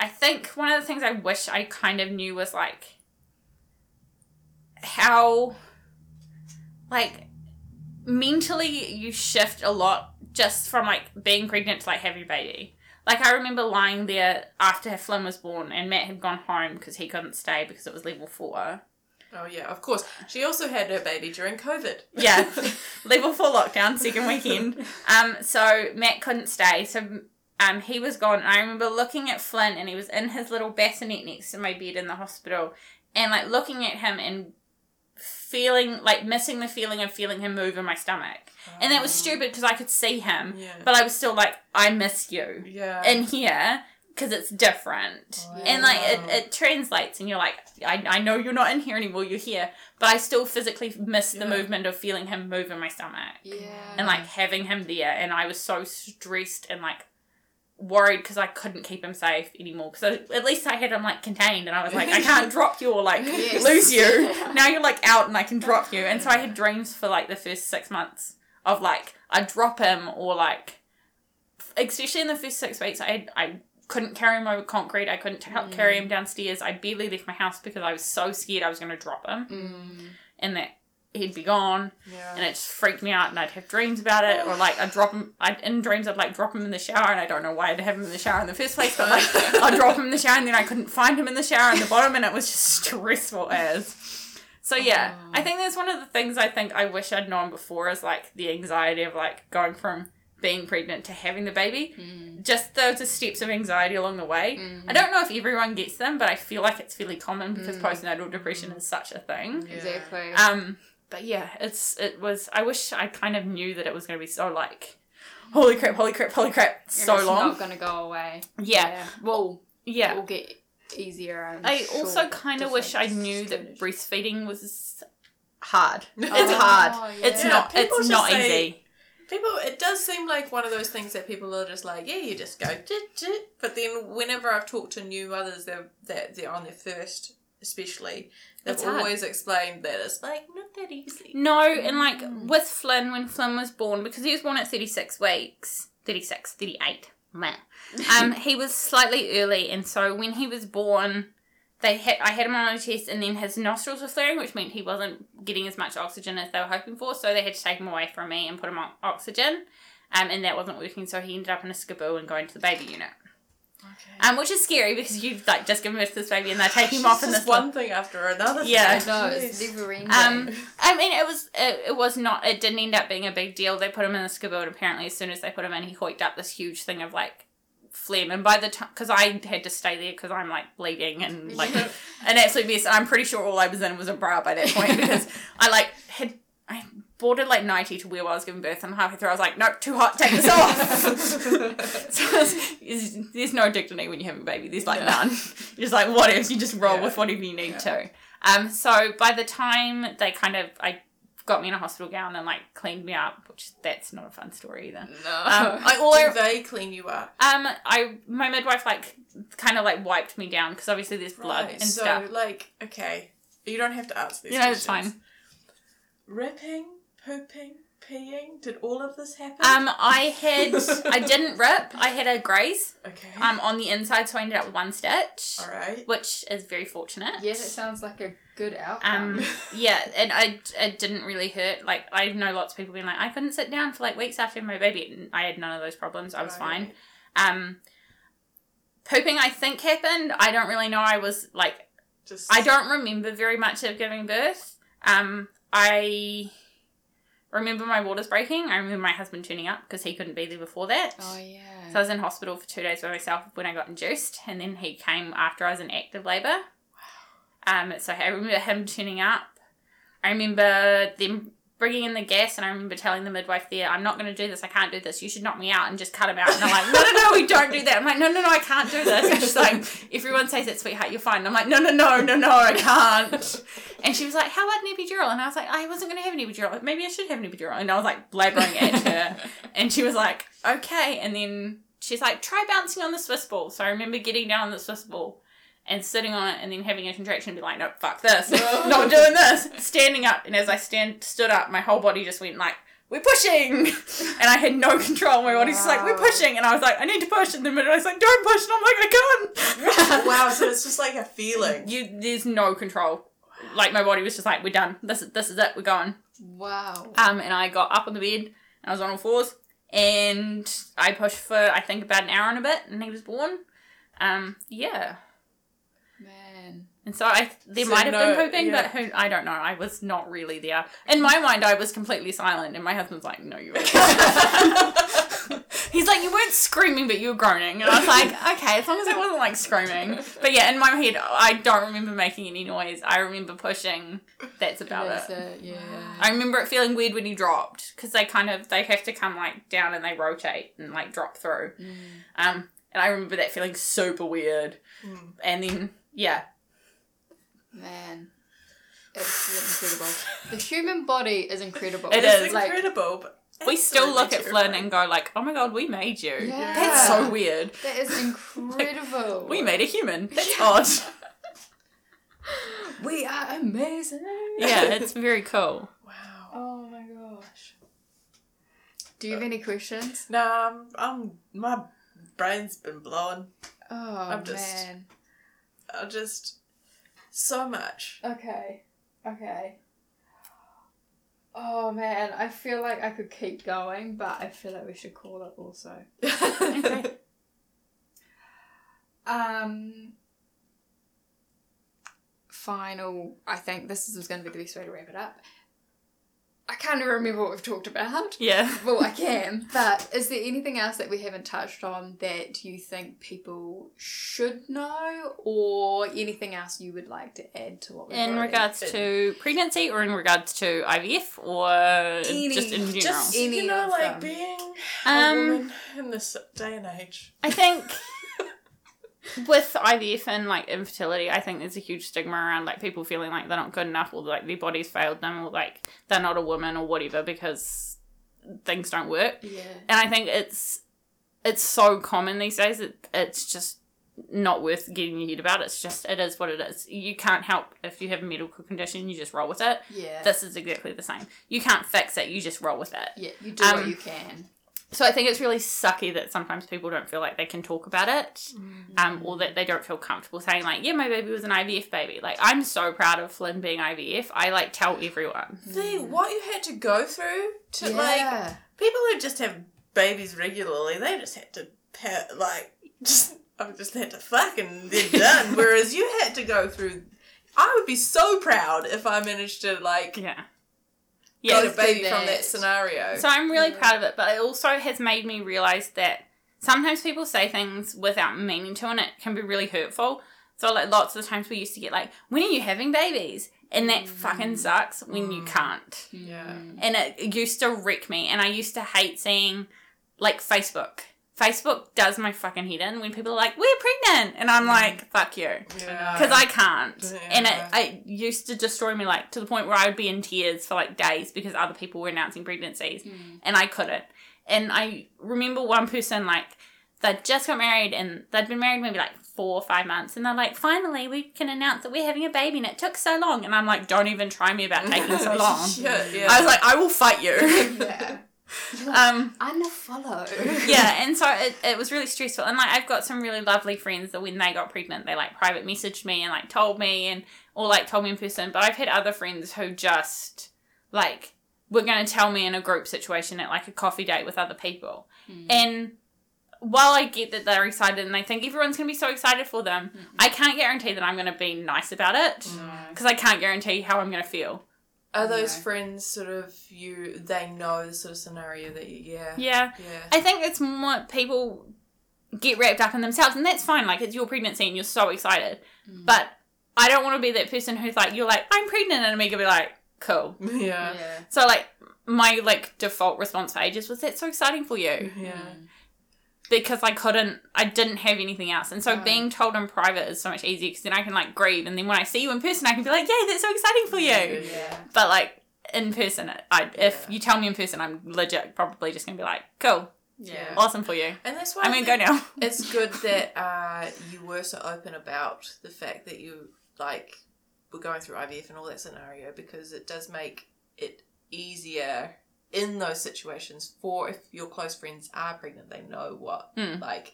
I think one of the things I wish I kind of knew was like how like mentally you shift a lot just from like being pregnant to like having a baby. Like I remember lying there after Flynn was born and Matt had gone home because he couldn't stay because it was level four.
Oh yeah, of course. She also had her baby during COVID. (laughs)
Yeah, level four lockdown, second weekend. Um, so Matt couldn't stay, so um, he was gone. And I remember looking at Flynn, and he was in his little bassinet next to my bed in the hospital, and like looking at him and feeling like missing the feeling of feeling him move in my stomach, and that was stupid because I could see him,
Yeah.
but I was still like, I miss you
yeah. Oh,
in here because it's different
Wow.
and like it, it translates and you're like I, I know you're not in here anymore you're here but i still physically miss
Yeah.
the movement of feeling him move in my stomach
Yeah.
and like having him there and i was so stressed and like worried because I couldn't keep him safe anymore. Because at least I had him like contained, and I was like, I can't drop you or like
Yes.
lose you. Now you're like out, and I can drop you. And so I had dreams for like the first six months of like I drop him or like, especially in the first six weeks, I I couldn't carry him over concrete. I couldn't t- help carry him downstairs. I barely left my house because I was so scared I was going to drop him
Mm.
and that he'd be gone
Yeah.
and it just freaked me out and I'd have dreams about it or like I'd drop him I'd, in dreams I'd like drop him in the shower and I don't know why I'd have him in the shower in the first place but like
(laughs)
I'd drop him in the shower and then I couldn't find him in the shower in the bottom and it was just stressful as so yeah
Oh.
I think that's one of the things I think I wish I'd known before is like the anxiety of like going from being pregnant to having the baby
Mm.
just those are steps of anxiety along the way
Mm.
I don't know if everyone gets them but I feel like it's fairly common because
Mm.
postnatal depression is such a thing
Yeah. (laughs)
Exactly.
um, but yeah, it's it was. I wish I kind of knew that it was going to be so like, holy crap, holy crap, holy crap,
And
so
it's
long.
not gonna go away.
yeah,
Well, it
yeah.
will get easier. I'm
I also
sure,
kind of
different
wish I knew that
stages.
breastfeeding was hard. It's
Oh,
Um,
hard.
yeah.
It's
Yeah,
not.
people
It's
just
not
say-
easy.
People, it does seem like one of those things that people are just like, yeah, you just go, "Jit, jit." but then whenever I've talked to new others that that they're on their first, especially, they've
It's hard.
always explained that it's like not that easy.
No, and like
Mm.
with Flynn, when Flynn was born, because he was born at 36 weeks, 36, 38,
(laughs)
meh. Um, he was slightly early, and so when he was born, they had I had him on a chest, and then his nostrils were flaring, which meant he wasn't getting as much oxygen as they were hoping for. So they had to take him away from me and put him on oxygen, um, and that wasn't working. So he ended up in a skaboo and going to the baby unit,
Okay.
um, which is scary because you've like just given birth to this baby and they're taking him
It's
off in
just
this
one thing after another.
Yeah.
I know it's
Jeez.
never ending.
Um, I mean, it was it, it was not. It didn't end up being a big deal. They put him in the skibbo, and apparently, as soon as they put him in, he hoiked up this huge thing of like phlegm. And by the time, because I had to stay there because I'm like bleeding and like an absolute mess. And I'm pretty sure all I was in was a bra by that point because I like had I boarded like ninety to where I was giving birth, and halfway through I was like, nope, too hot, take
(laughs)
this off. so it's, it's- there's no dignity when you have a baby. There's like
No.
none. (laughs) You're just like whatever. You just roll
Yeah.
with whatever you need
Yeah.
to. Um. So by the time they kind of I got me in a hospital gown and like cleaned me up, which that's not a fun story either.
no.
Um, I all I
Do they clean you up?
um I my midwife like kind of like wiped me down because obviously there's blood
Right,
and
so, (laughs)
stuff.
like, okay, you don't have to answer these.
You know, it's
questions.
fine.
Ripping, pooping, peeing. Did all of this happen?
Um, I had I didn't rip. I had a graze
Okay.
um on the inside, so I ended up with one stitch,
all right.
which is very fortunate.
yeah, that sounds like a good outcome.
Um, yeah, and I it didn't really hurt. Like I know lots of people being like, I couldn't sit down for like weeks after my baby. and I had none of those problems. I was fine. Um, pooping I think happened. I don't really know. I was like
Just
I don't remember very much of giving birth. Um, I remember my waters breaking. I remember my husband turning up because he couldn't be there before that.
(laughs) oh yeah.
So I was in hospital for two days by myself when I got induced, and then he came after I was in active labour. Um, so I remember him tuning up. I remember them bringing in the gas, and I remember telling the midwife there, "I'm not going to do this. I can't do this. You should knock me out and just cut him out." And I'm like, "No, no, no, we don't do that." I'm like, "No, no, no, I can't do this." And she's like, "Everyone says it, sweetheart. You're fine." And I'm like, "No, no, no, no, no, I can't." And she was like, "How about an epidural?" And I was like, "I wasn't going to have an epidural. Maybe I should have an epidural." And I was like blabbering at
(laughs)
her. And she was like, okay. And then she's like, try bouncing on the Swiss ball. So I remember getting down on the Swiss ball and sitting on it and then having a contraction and be like, no, fuck
(laughs)
this. Not doing this. Standing up. And as I stand stood up, my whole body just went like, we're pushing.
(laughs)
And I had no control. My body's just like, we're
Wow.
pushing. And I was like, I need to push. And the midwife's like, don't push. And I'm like, I can't.
(laughs) (laughs) wow, so it's just like
(laughs)
a (laughs) feeling.
You, there's no control. Like my body was just like, we're done. This is, this is it. We're going.
wow.
Um, and I got up on the bed and I was on all fours and I pushed for I think about an hour and a bit and he was born. Um, yeah.
Man.
And so I there
So
might have
no-
been pooping,
yeah.
but who I don't know. I was not really there. In my mind, I was completely silent, and my husband's like, "No, you were." (laughs)
(laughs)
He's like, "You weren't screaming, but you were groaning," and I was like, "Okay, as long as it wasn't like screaming." But yeah, in my head, I don't remember making any noise. I remember pushing. That's about it.
That's it. Yeah.
I remember it feeling weird when he dropped because they kind of they have to come like down and they rotate and like drop through.
Mm.
Um, and I remember that feeling super weird.
Mm.
And then yeah,
Man. It's incredible. The human body is incredible.
It
It's
is,
Like,
incredible, but
we still look at
Absolutely
Flynn
terrifying.
and go like, "Oh my god, we made you.
Yeah.
That's so weird.
That is
(laughs)
incredible.
We made a human. That's odd.
We are amazing.
Yeah, it's very cool.
Wow.
(laughs) Oh my gosh. Do you have any questions?
Nah, I'm, I'm um, my brain's been blown.
Oh
I'm just-
man.
I just
(laughs)
so much.
Okay. Okay. Oh man, I feel like I could keep going, but I feel like we should call it also.
Okay.
Um final I think this is going to be the best way to wrap it up. I can't even remember what we've talked about.
(laughs) Yeah.
Well, I can, but is there anything else that we haven't touched on that you think people should know, or anything else you would like to add to what we've
In
already-
regards to pregnancy, or in regards to IVF, or
Any-
just in general.
Just
Any
you know,
of them.
like being a
um,
woman in this day and age.
(laughs)
I think with IVF and like infertility, I think there's a huge stigma around like people feeling like they're not good enough or like their bodies failed them or like they're not a woman or whatever because things don't work.
yeah,
And I think it's it's so common these days that it's just not worth getting your head about. It's just it is what it is. You can't help if you have a medical condition, you just roll with it.
yeah,
This is exactly the same. You can't fix it, you just roll with it.
yeah. You do what
um,
you can.
So I think it's really sucky that sometimes people don't feel like they can talk about it, um, or that they don't feel comfortable saying like, "Yeah, my baby was an IVF baby." Like I'm so proud of Flynn being IVF. I like tell everyone.
The what you had to go through to like
Hmm. Yeah.
people who just have babies regularly, they just had to pa- like just I just had to fuck and
(laughs)
they're done. Whereas you had to go through. I would be so proud if I managed to like
Yeah,
got
yeah.
a baby
that.
from that scenario.
So I'm really proud of it, but it also has made me realize that sometimes people say things without meaning to, and it can be really hurtful. So like lots of the times we used to get like, "When are you having babies?" And that fucking sucks when you can't.
yeah.
and it used to wreck me and i used to hate seeing like facebook facebook does my fucking head in when people are like we're pregnant and i'm like fuck you
Yeah.
because i can't and it,
Mm-hmm. Yeah.
it used to destroy me like to the point where i would be in tears for like days because other people were announcing pregnancies
Mm-hmm.
Mm-hmm.
and i couldn't and i remember one person like they'd just got married and they'd been married maybe like four or five months and they're like finally we can announce that we're having a baby and it took so long and i'm like don't even try me about taking
(laughs)
so long
Shit, yeah.
I was like, I will fight
(laughs)
you. (laughs)
yeah.
um,
Unfollow. (laughs)
yeah, and so it, it was really stressful. And like, I've got some really lovely friends that when they got pregnant, they like private messaged me and like told me and or like told me in person. But I've had other friends who just like were going to tell me in a group situation at like a coffee date with other people.
Mm.
And while I get that they're excited and they think everyone's going to be so excited for them, I can't guarantee that I'm going to be nice about it
Mm.
because I can't guarantee how I'm going to feel.
Are those
No.
friends sort of you? They know the sort of scenario that you. Yeah.
Yeah.
Yeah.
I think it's more people get wrapped up in themselves, and that's fine. Like it's your pregnancy, and you're so excited. But I don't want to be that person who's like, you're like, I'm pregnant, and me could be like, cool.
Yeah.
Yeah.
So like my like default response for ages was that's so exciting for you
Yeah.
Mm.
because I couldn't, I didn't have anything else, and so
Right.
being told in private is so much easier because then I can like grieve, and then when I see you in person, I can be like, yay, that's so exciting for you.
Yeah.
But like in person, I if
Yeah.
you tell me in person, I'm legit probably just gonna be like, cool,
Yeah.
awesome for you.
And that's why
I'm
I
gonna
think
Oh, go now.
it's good that uh, you were so open about the fact that you like were going through IVF and all that scenario because it does make it easier in those situations for if your close friends are pregnant, they know what
Mm.
like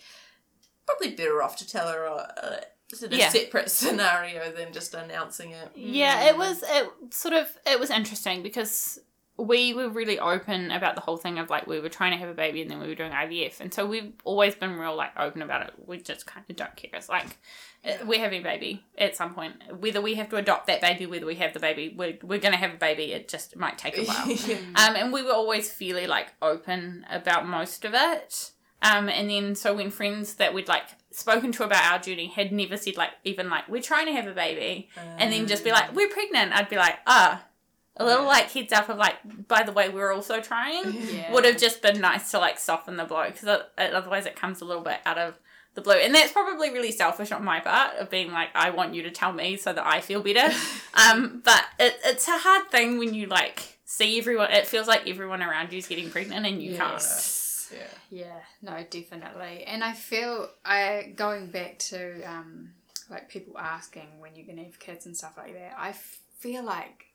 probably better off to tell her. Uh, it's in a
Yeah.
separate scenario than just announcing it.
Yeah,
Mm.
it was it sort of it was interesting because we were really open about the whole thing of like we were trying to have a baby and then we were doing IVF and so we've always been real like open about it. We just kind of don't care. It's like eh, we're having a baby at some point, whether we have to adopt that baby, whether we have the baby, we're we're gonna have a baby. It just might take a while.
(laughs) (laughs) Yeah.
Um, and we were always fairly like open about most of it. Um, and then so when friends that we'd like spoken to about our journey had never said like even like we're trying to have a baby, and then just be
Mm.
like we're pregnant, I'd be like ah, a little like heads up of like by the way we're also trying
(laughs)
Yeah.
would have just been nice to like soften the blow because otherwise it comes a little bit out of the blue and that's probably really selfish on my part of being like i want you to tell me so that i feel better um but it, it's a hard thing when you like see everyone. It feels like everyone around you is getting pregnant and you can't.
Yes.
Yeah.
Yeah, no, definitely. And I feel I going back to um, like people asking when you're gonna have kids and stuff like that. I feel like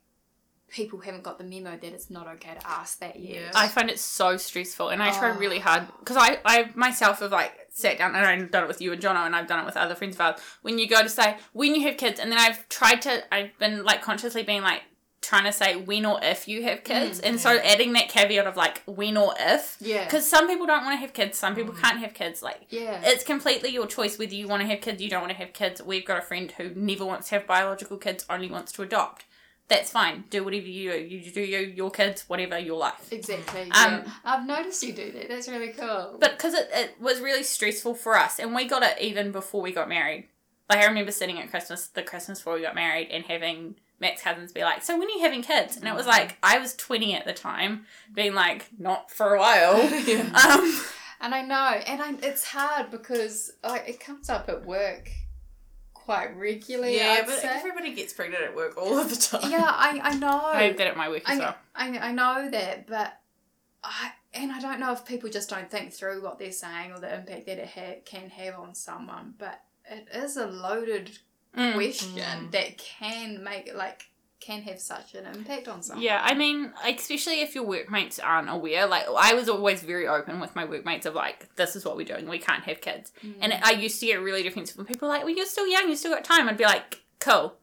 people haven't got the memo that it's not okay to ask that yet.
Yeah.
I find it so stressful, and I try
Oh.
really hard because I, I myself have like sat down and I've done it with you and Jono, and I've done it with other friends of ours. When you go to say when you have kids, and then I've tried to, I've been like consciously being like trying to say when or if you have kids, and so
yeah.
adding that caveat of like when or if,
Mm, yeah,
because some people don't want to have kids, some people
Mm.
can't have kids, like.
yeah,
It's completely your choice whether you want to have kids, you don't want to have kids. We've got a friend who never wants to have biological kids, only wants to adopt. That's fine. Do whatever you do. You do you, your kids, whatever your life.
exactly.
Um,
yeah. I've noticed you do that. That's really cool.
But because it, it was really stressful for us, and we got it even before we got married. Like I remember sitting at Christmas, the Christmas before we got married, and having Max cousins be like, "So when are you having kids?" And it was like I was twenty at the time, being like, "Not for a (laughs) while."
yeah.
um,
And I know, and I, it's hard because like it comes up at work quite regularly.
Yeah,
I'd
but
say.
everybody gets pregnant at work all of the time.
yeah, I, I know.
I did at my work as
I,
well.
I, I know that, but I and I don't know if people just don't think through what they're saying or the impact that it ha- can have on someone. But it is a loaded
Mm.
question
Mm.
that can make like can have such an impact on someone.
Yeah, I mean, like, especially if your workmates aren't aware. Like, I was always very open with my workmates of like, this is what we're doing. We can't have kids.
Mm.
And I used to get really defensive when people were like, well, you're still young, you still got time. I'd be like, cool.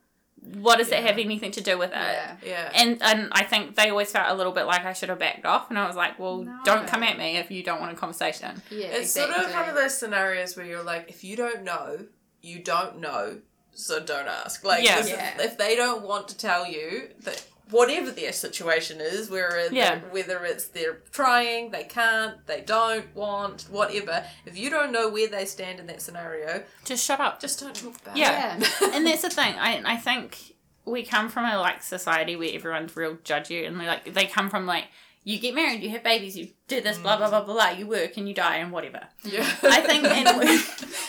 What does
Yeah.
that have anything to do with it?
yeah.
Yeah.
And and I think they always felt a little bit like I should have backed off. And I was like, well,
No.
don't come at me if you don't want a conversation.
yeah,
It's sort of one of those scenarios where you're like, if you don't know, you don't know, so don't ask. Like,
Yeah.
this is-
Yeah.
if they don't want to tell you that whatever their situation is, whether
Yeah.
whether it's they're trying, they can't, they don't want, whatever. If you don't know where they stand in that scenario,
Just shut up.
just don't talk about
Yeah.
Yeah.
it.
and that's the thing. I I think we come from a like society where everyone's real judge you, and they like they come from like you get married, you have babies, you do this, blah
Mm.
blah blah blah blah. You work and you die and whatever.
(laughs) yeah.
I think
(laughs)
and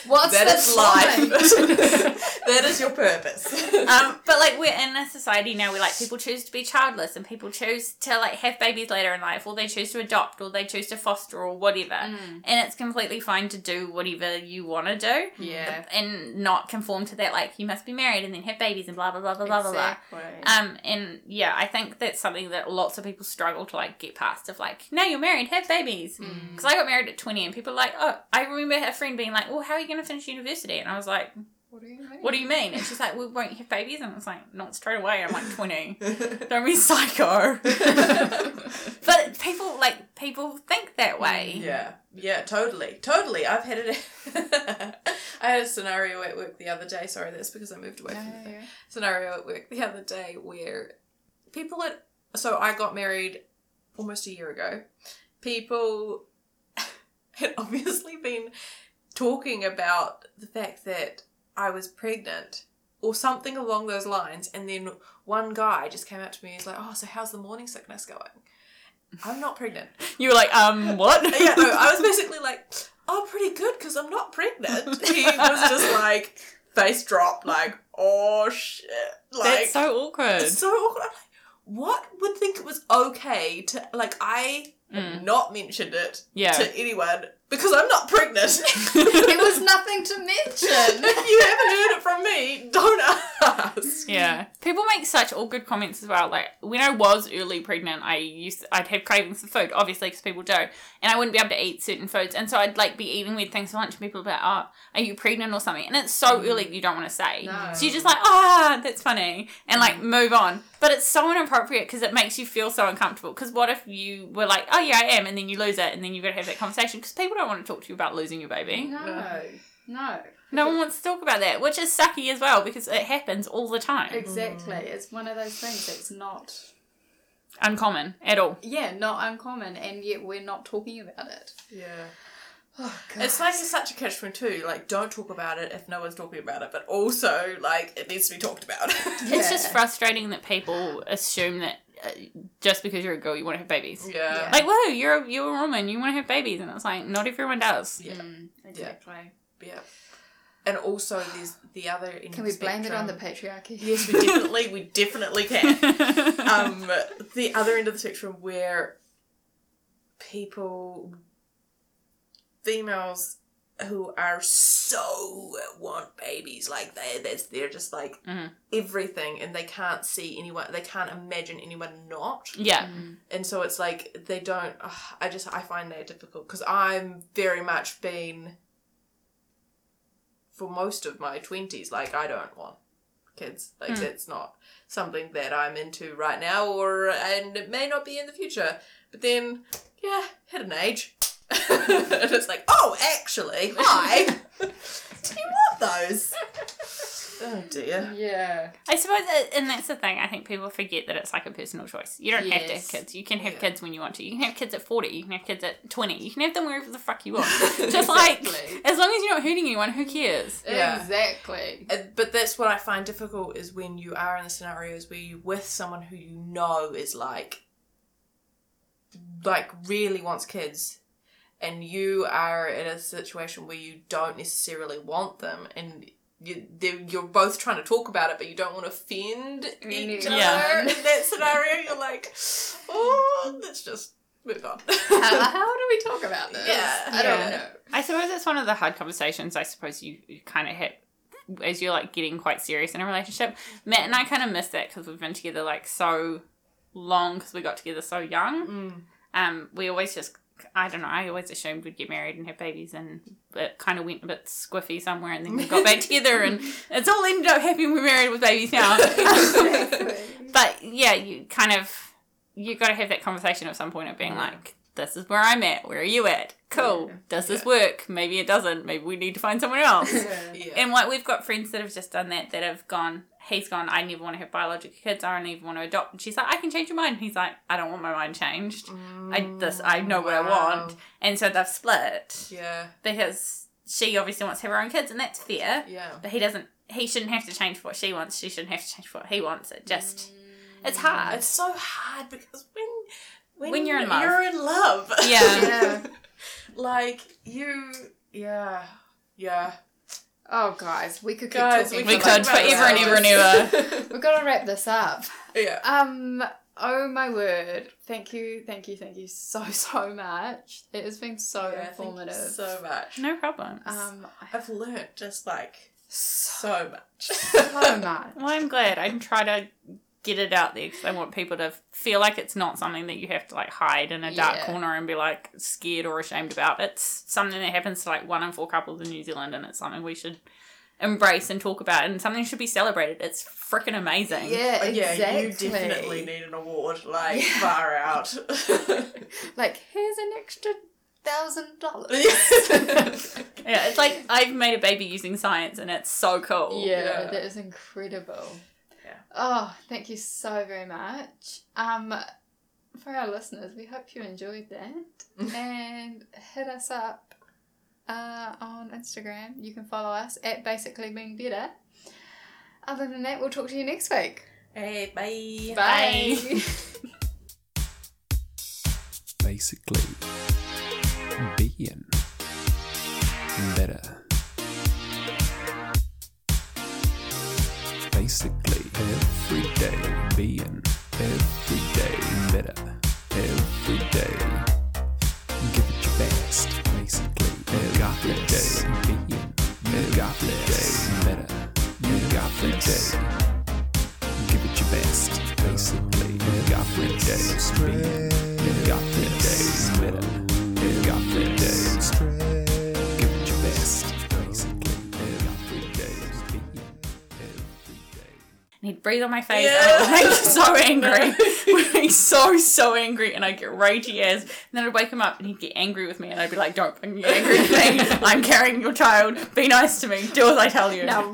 What's
that
this
is
life?
(laughs)
life. (laughs) that is your purpose. (laughs)
um, but like we're in a society now where like people choose to be childless and people choose to like have babies later in life, or they choose to adopt, or they choose to foster, or whatever.
Mm.
And it's completely fine to do whatever you want to do.
(laughs)
Yeah.
And not conform to that, like, you must be married and then have babies and blah, blah, blah, blah, blah, blah, blah.
Exactly.
Um, and yeah, I think that's something that lots of people struggle to like get past of like, now you're married, have babies.
Mm.
Because I got married at 20 and people are like, oh, I remember a friend being like, well, how are you going to finish university? And I was like,
what do you mean?
what do you mean? And she's like, well, won't you have babies? And I was like, not straight away. I'm like 20. (laughs) Don't be
(laughs)
psycho. but people like, people think that way.
Mm, Yeah, yeah, totally, totally. I've had it. (laughs) I had a scenario at work the other day. Sorry, that's because I moved away
Yeah,
from the
yeah,
thing.
yeah.
Scenario at work the other day where people at so I got married almost a year ago. People (laughs) had obviously been talking about the fact that I was pregnant or something along those lines, and then one guy just came up to me and was like, "Oh, so how's the morning sickness going?" I'm not pregnant
You were like, um, what?
(laughs) yeah, no, I was basically like, oh, pretty good because I'm not pregnant. (laughs) He was just like, face drop, like, oh shit.
(laughs)
Like,
that's so awkward.
it's so awkward. I'm like, what would think it was okay to, like, I
Mm.
not mentioned it
Yeah.
to anyone because I'm
(laughs)
not pregnant.
There was nothing to mention.
if you haven't heard it from me, don't (laughs) ask.
Yeah. People make such awkward comments as well. Like when I was early pregnant, I used I'd have cravings for food, obviously, because people do, and I wouldn't be able to eat certain foods, and so I'd like be eating weird things for lunch, and people would be like, "Oh, are you pregnant or something?" And it's so
Mm.
early, you don't want to say.
No.
So you're just like, "Ah, that's funny," and
Mm.
like move on. But it's so inappropriate because it makes you feel so uncomfortable. Because what if you were like, "Oh yeah, I am," and then you lose it, and then you've got to have that conversation because people don't want to talk to you about losing your baby.
No, no.
No one wants to talk about that, which is sucky as well because it happens all the time.
Exactly. It's one of those things that's not,
Uncommon at all.
yeah, not uncommon, and yet we're not talking about it.
Yeah.
(sighs) Oh, God.
It's like it's such a catch twenty two. Like, don't talk about it if no one's talking about it, but also like it needs to be talked about. (laughs)
It's just
Yeah.
frustrating that people assume that uh, just because you're a girl, you want to have babies.
yeah.
Like, whoa, you're a, you're a woman, you want to have babies, and it's like not everyone does.
Yeah.
Mm, exactly.
Yeah. And also, there's the other end
Can
of
we
the
blame it on the
spectrum.
patriarchy?
Yes, we definitely, we definitely
(laughs)
can. um, the other end of the spectrum where people, females who are so want babies, like they, that's they're just like
Mm-hmm.
Mhm.
everything, and they can't see anyone, they can't imagine anyone not,
(laughs) yeah.
Mm.
and so it's like they don't. ugh, I just I find that difficult because I'm very much been for most of my twenties like I don't want kids. Like
Mm.
that's not something that I'm into right now, or and it may not be in the future. But then, yeah, hit an age, (laughs) and it's like, oh, actually, (laughs) hi. Do you want those? oh
(laughs)
dear.
Yeah.
I suppose, that, and that's the thing. I think people forget that it's like a personal choice. You don't have to have
Yes.
kids. You can have
Yeah.
kids when you want to. You can have kids at forty. You can have kids at twenty. You can have them wherever the fuck
(laughs)
you want. Just like
Exactly.
as long as you're not hurting anyone, who cares?
Yeah.
Exactly.
Uh, But that's what I find difficult is when you are in the scenarios where you're with someone who you know is like, like really wants kids, and you are in a situation where you don't necessarily want them, and you they're- you're both trying to talk about it, but you don't want to offend
You
each
need-
other.
Yeah.
In that scenario, you're like, oh, let's just move
(laughs)
on.
How, how do we talk about this?
Yeah.
I don't
Yeah. (laughs)
know.
I suppose it's one of the hard conversations. I suppose you, you kind of have as you're like getting quite serious in a relationship. Matt and I kind of miss that because we've been together like so long because we got together so young.
Mm.
Um, we always just I don't know. I always assumed we'd get married and have babies, and it kind of went a bit squiffy somewhere, and then we
(laughs)
got back together, and it's all ended up happy. We're married with babies now.
Exactly.
but yeah, you kind of you got to have that conversation at some point of being like, "This is where I'm at. Where are you at? Cool.
Yeah.
Does this
Yeah.
work? Maybe it doesn't. Maybe we need to find someone
(laughs)
else."
Yeah.
Yeah.
And like we've got friends that have just done that that have gone. He's gone. I never want to have biological kids. I don't even want to adopt. And she's like, "I can change your mind." And he's like, "I don't want my mind changed." I- this- I know what I want.
Wow.
And so they've split
Yeah,
because she obviously wants to have her own kids, and that's fair.
yeah.
But he doesn't. He shouldn't have to change what she wants. She shouldn't have to change what he wants. It just it's hard.
It's so hard because when when,
When you're in love.
you're in love.
Yeah.
(laughs)
Yeah.
like you. Yeah. Yeah.
Oh, guys, we could keep
Guys,
talking.
we
for like
could forever and
hours.
ever
We've got to wrap this up.
(laughs) Yeah.
Um. Oh my word! Thank you, thank you, thank you so so much. It has been so
Yeah, thank you
informative.
so much.
No problem.
Mm. um,
I've learnt just like
so
so
(laughs)
much.
much.
well, I'm glad. I'm trying to get it out there because I want people to feel like it's not something that you have to like hide in a dark
Yeah.
corner and be like scared or ashamed about. It's something that happens to like one in four couples in New Zealand, and it's something we should embrace and talk about, and something should be celebrated. It's freaking amazing.
Yeah, exactly.
Uh, Yeah, you definitely need an award. Like
Yeah.
far out.
(laughs)
(laughs)
Like, here's an extra thousand dollars.
(laughs)
Yeah, it's like I've made a baby using science, and it's so cool.
Yeah,
Yeah.
that is incredible.
Yeah.
Oh, thank you so very much. Um, for our listeners, we hope you enjoyed
(laughs)
that and hit us up uh, on Instagram. You can follow us at basically being better. Other than that, we'll talk to you next week.
hey, bye.
Bye. (laughs)
basically being better. Basically, every day being every day better. Every day, give it your best. Basically, every day being every day better. Every day, give it your best. Basically, every day being. You got the days better. You got the days. Give it your best. Basically, you got the days. Every day.
And he'd breathe on my face.
Yeah.
And I'd be
(laughs)
so (laughs) angry. We'd be so, so angry. And I'd get ragey as. And then I'd wake him up and he'd get angry
(laughs)
with me. And I'd be like, don't fucking get angry with me. I'm carrying your child. Be nice to me. Do as I tell you.
now